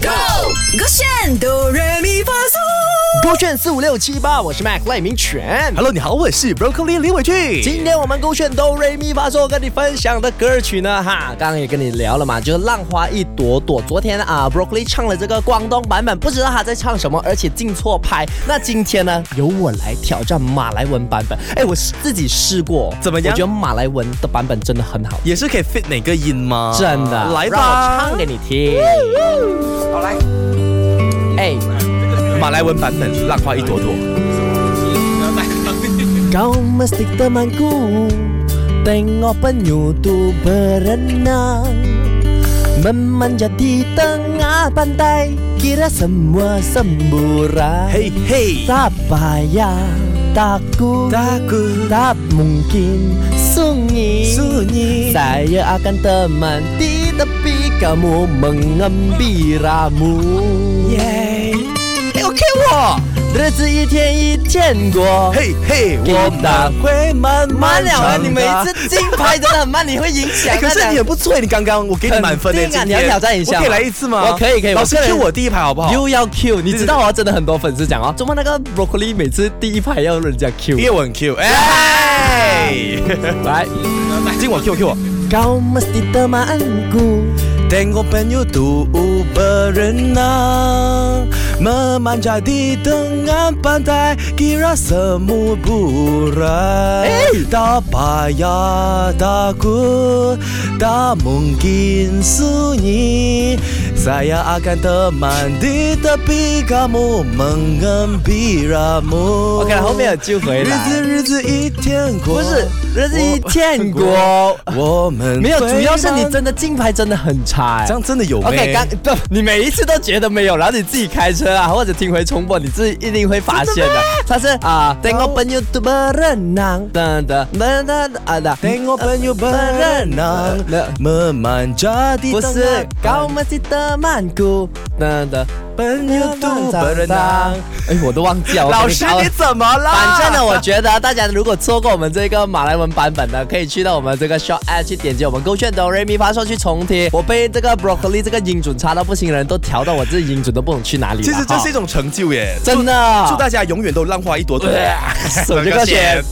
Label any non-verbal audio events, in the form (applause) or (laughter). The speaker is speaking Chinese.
Go，勾选哆来咪发嗦。勾选四五六七八，我是 Mac 赖明全。 Hello，你好，我是 Broccoli 李伟俊。今天我们勾选哆瑞咪发嗦，跟你分享的歌曲呢，哈，刚刚也跟你聊了嘛，就是《浪花一朵朵》。昨天啊，Broccoli 唱了这个广东版本，不知道他在唱什么，而且进错拍。那今天呢，由我来挑战马来文版本。哎，我自己试过，怎么样我觉得马来文的版本真的很好，也是可以 fit 哪个音吗？真的。啊来让我吧唱，给你听。好来，哎，马来文版本《浪花一朵朵》。 Kau mesti temanku Tengok penyutu berenang Memanjat di tengah pantai Kira semua semburan 嘿嘿， Tak payah takut Takut. Tak mungkin sunyi Sunyi. Saya akan teman di tepi Kamu mengembiramu 耶，Eh, 哎，OK 我，日子一天一天过嘿嘿，给我打们会慢慢慢了长大。啊！你每一次竞拍真的很慢，你会影响哎，(laughs) 可大是家。你也不错，你刚刚我给你满分呢肯定啊今天你要挑战一下嘛我可以来一次吗？我可以可以老师我个人 Q 我第一排好不好？又要 Q，你知道哦，真的很多粉丝讲哦，怎么那个 broccoli 每次第一排要人家因 Q？为我很 Q，哎， (laughs) 来进我 Q 我 Q 我。 ，Kau mesti temanku Tengok penyu tu berenang Memanjat di tengah pantai Kira semut burai Tak payah takut Tak mungkin sunyi Saya akan teman di tepi kamu Mengembiramu OK 了，后面有救回日子来。日子一天过不是，这是一见过 Oh，我。我们没有，会主要是你慢真的竞拍真的很差哎。这样真的有咩 OK，刚不，你每一次都觉得没有，然后你自己开车啊，或者听回重播，你自己一定会发现的。它是啊，Tengok penyu tu berenang，等等等等啊的， Tengok penyu berenang Nah. Memanjat di 不 tengah 是 pantai. ，Kau masih temanku，等等 Penyu tu berenang 哎，我都忘记了。我老师肯定搞你怎么了？反正呢，我觉得大家如果错过我们这个马来文版本的，可以去到我们这个 s h o p app 去点击我们勾选哆瑞咪发嗦去重听。我被这个 broccoli 这个音准差到不行的人都调到我自己音准都不懂去哪里了。其实这哈是一种成就耶，真的祝大家永远都浪花一朵朵。 (laughs) 手就个选。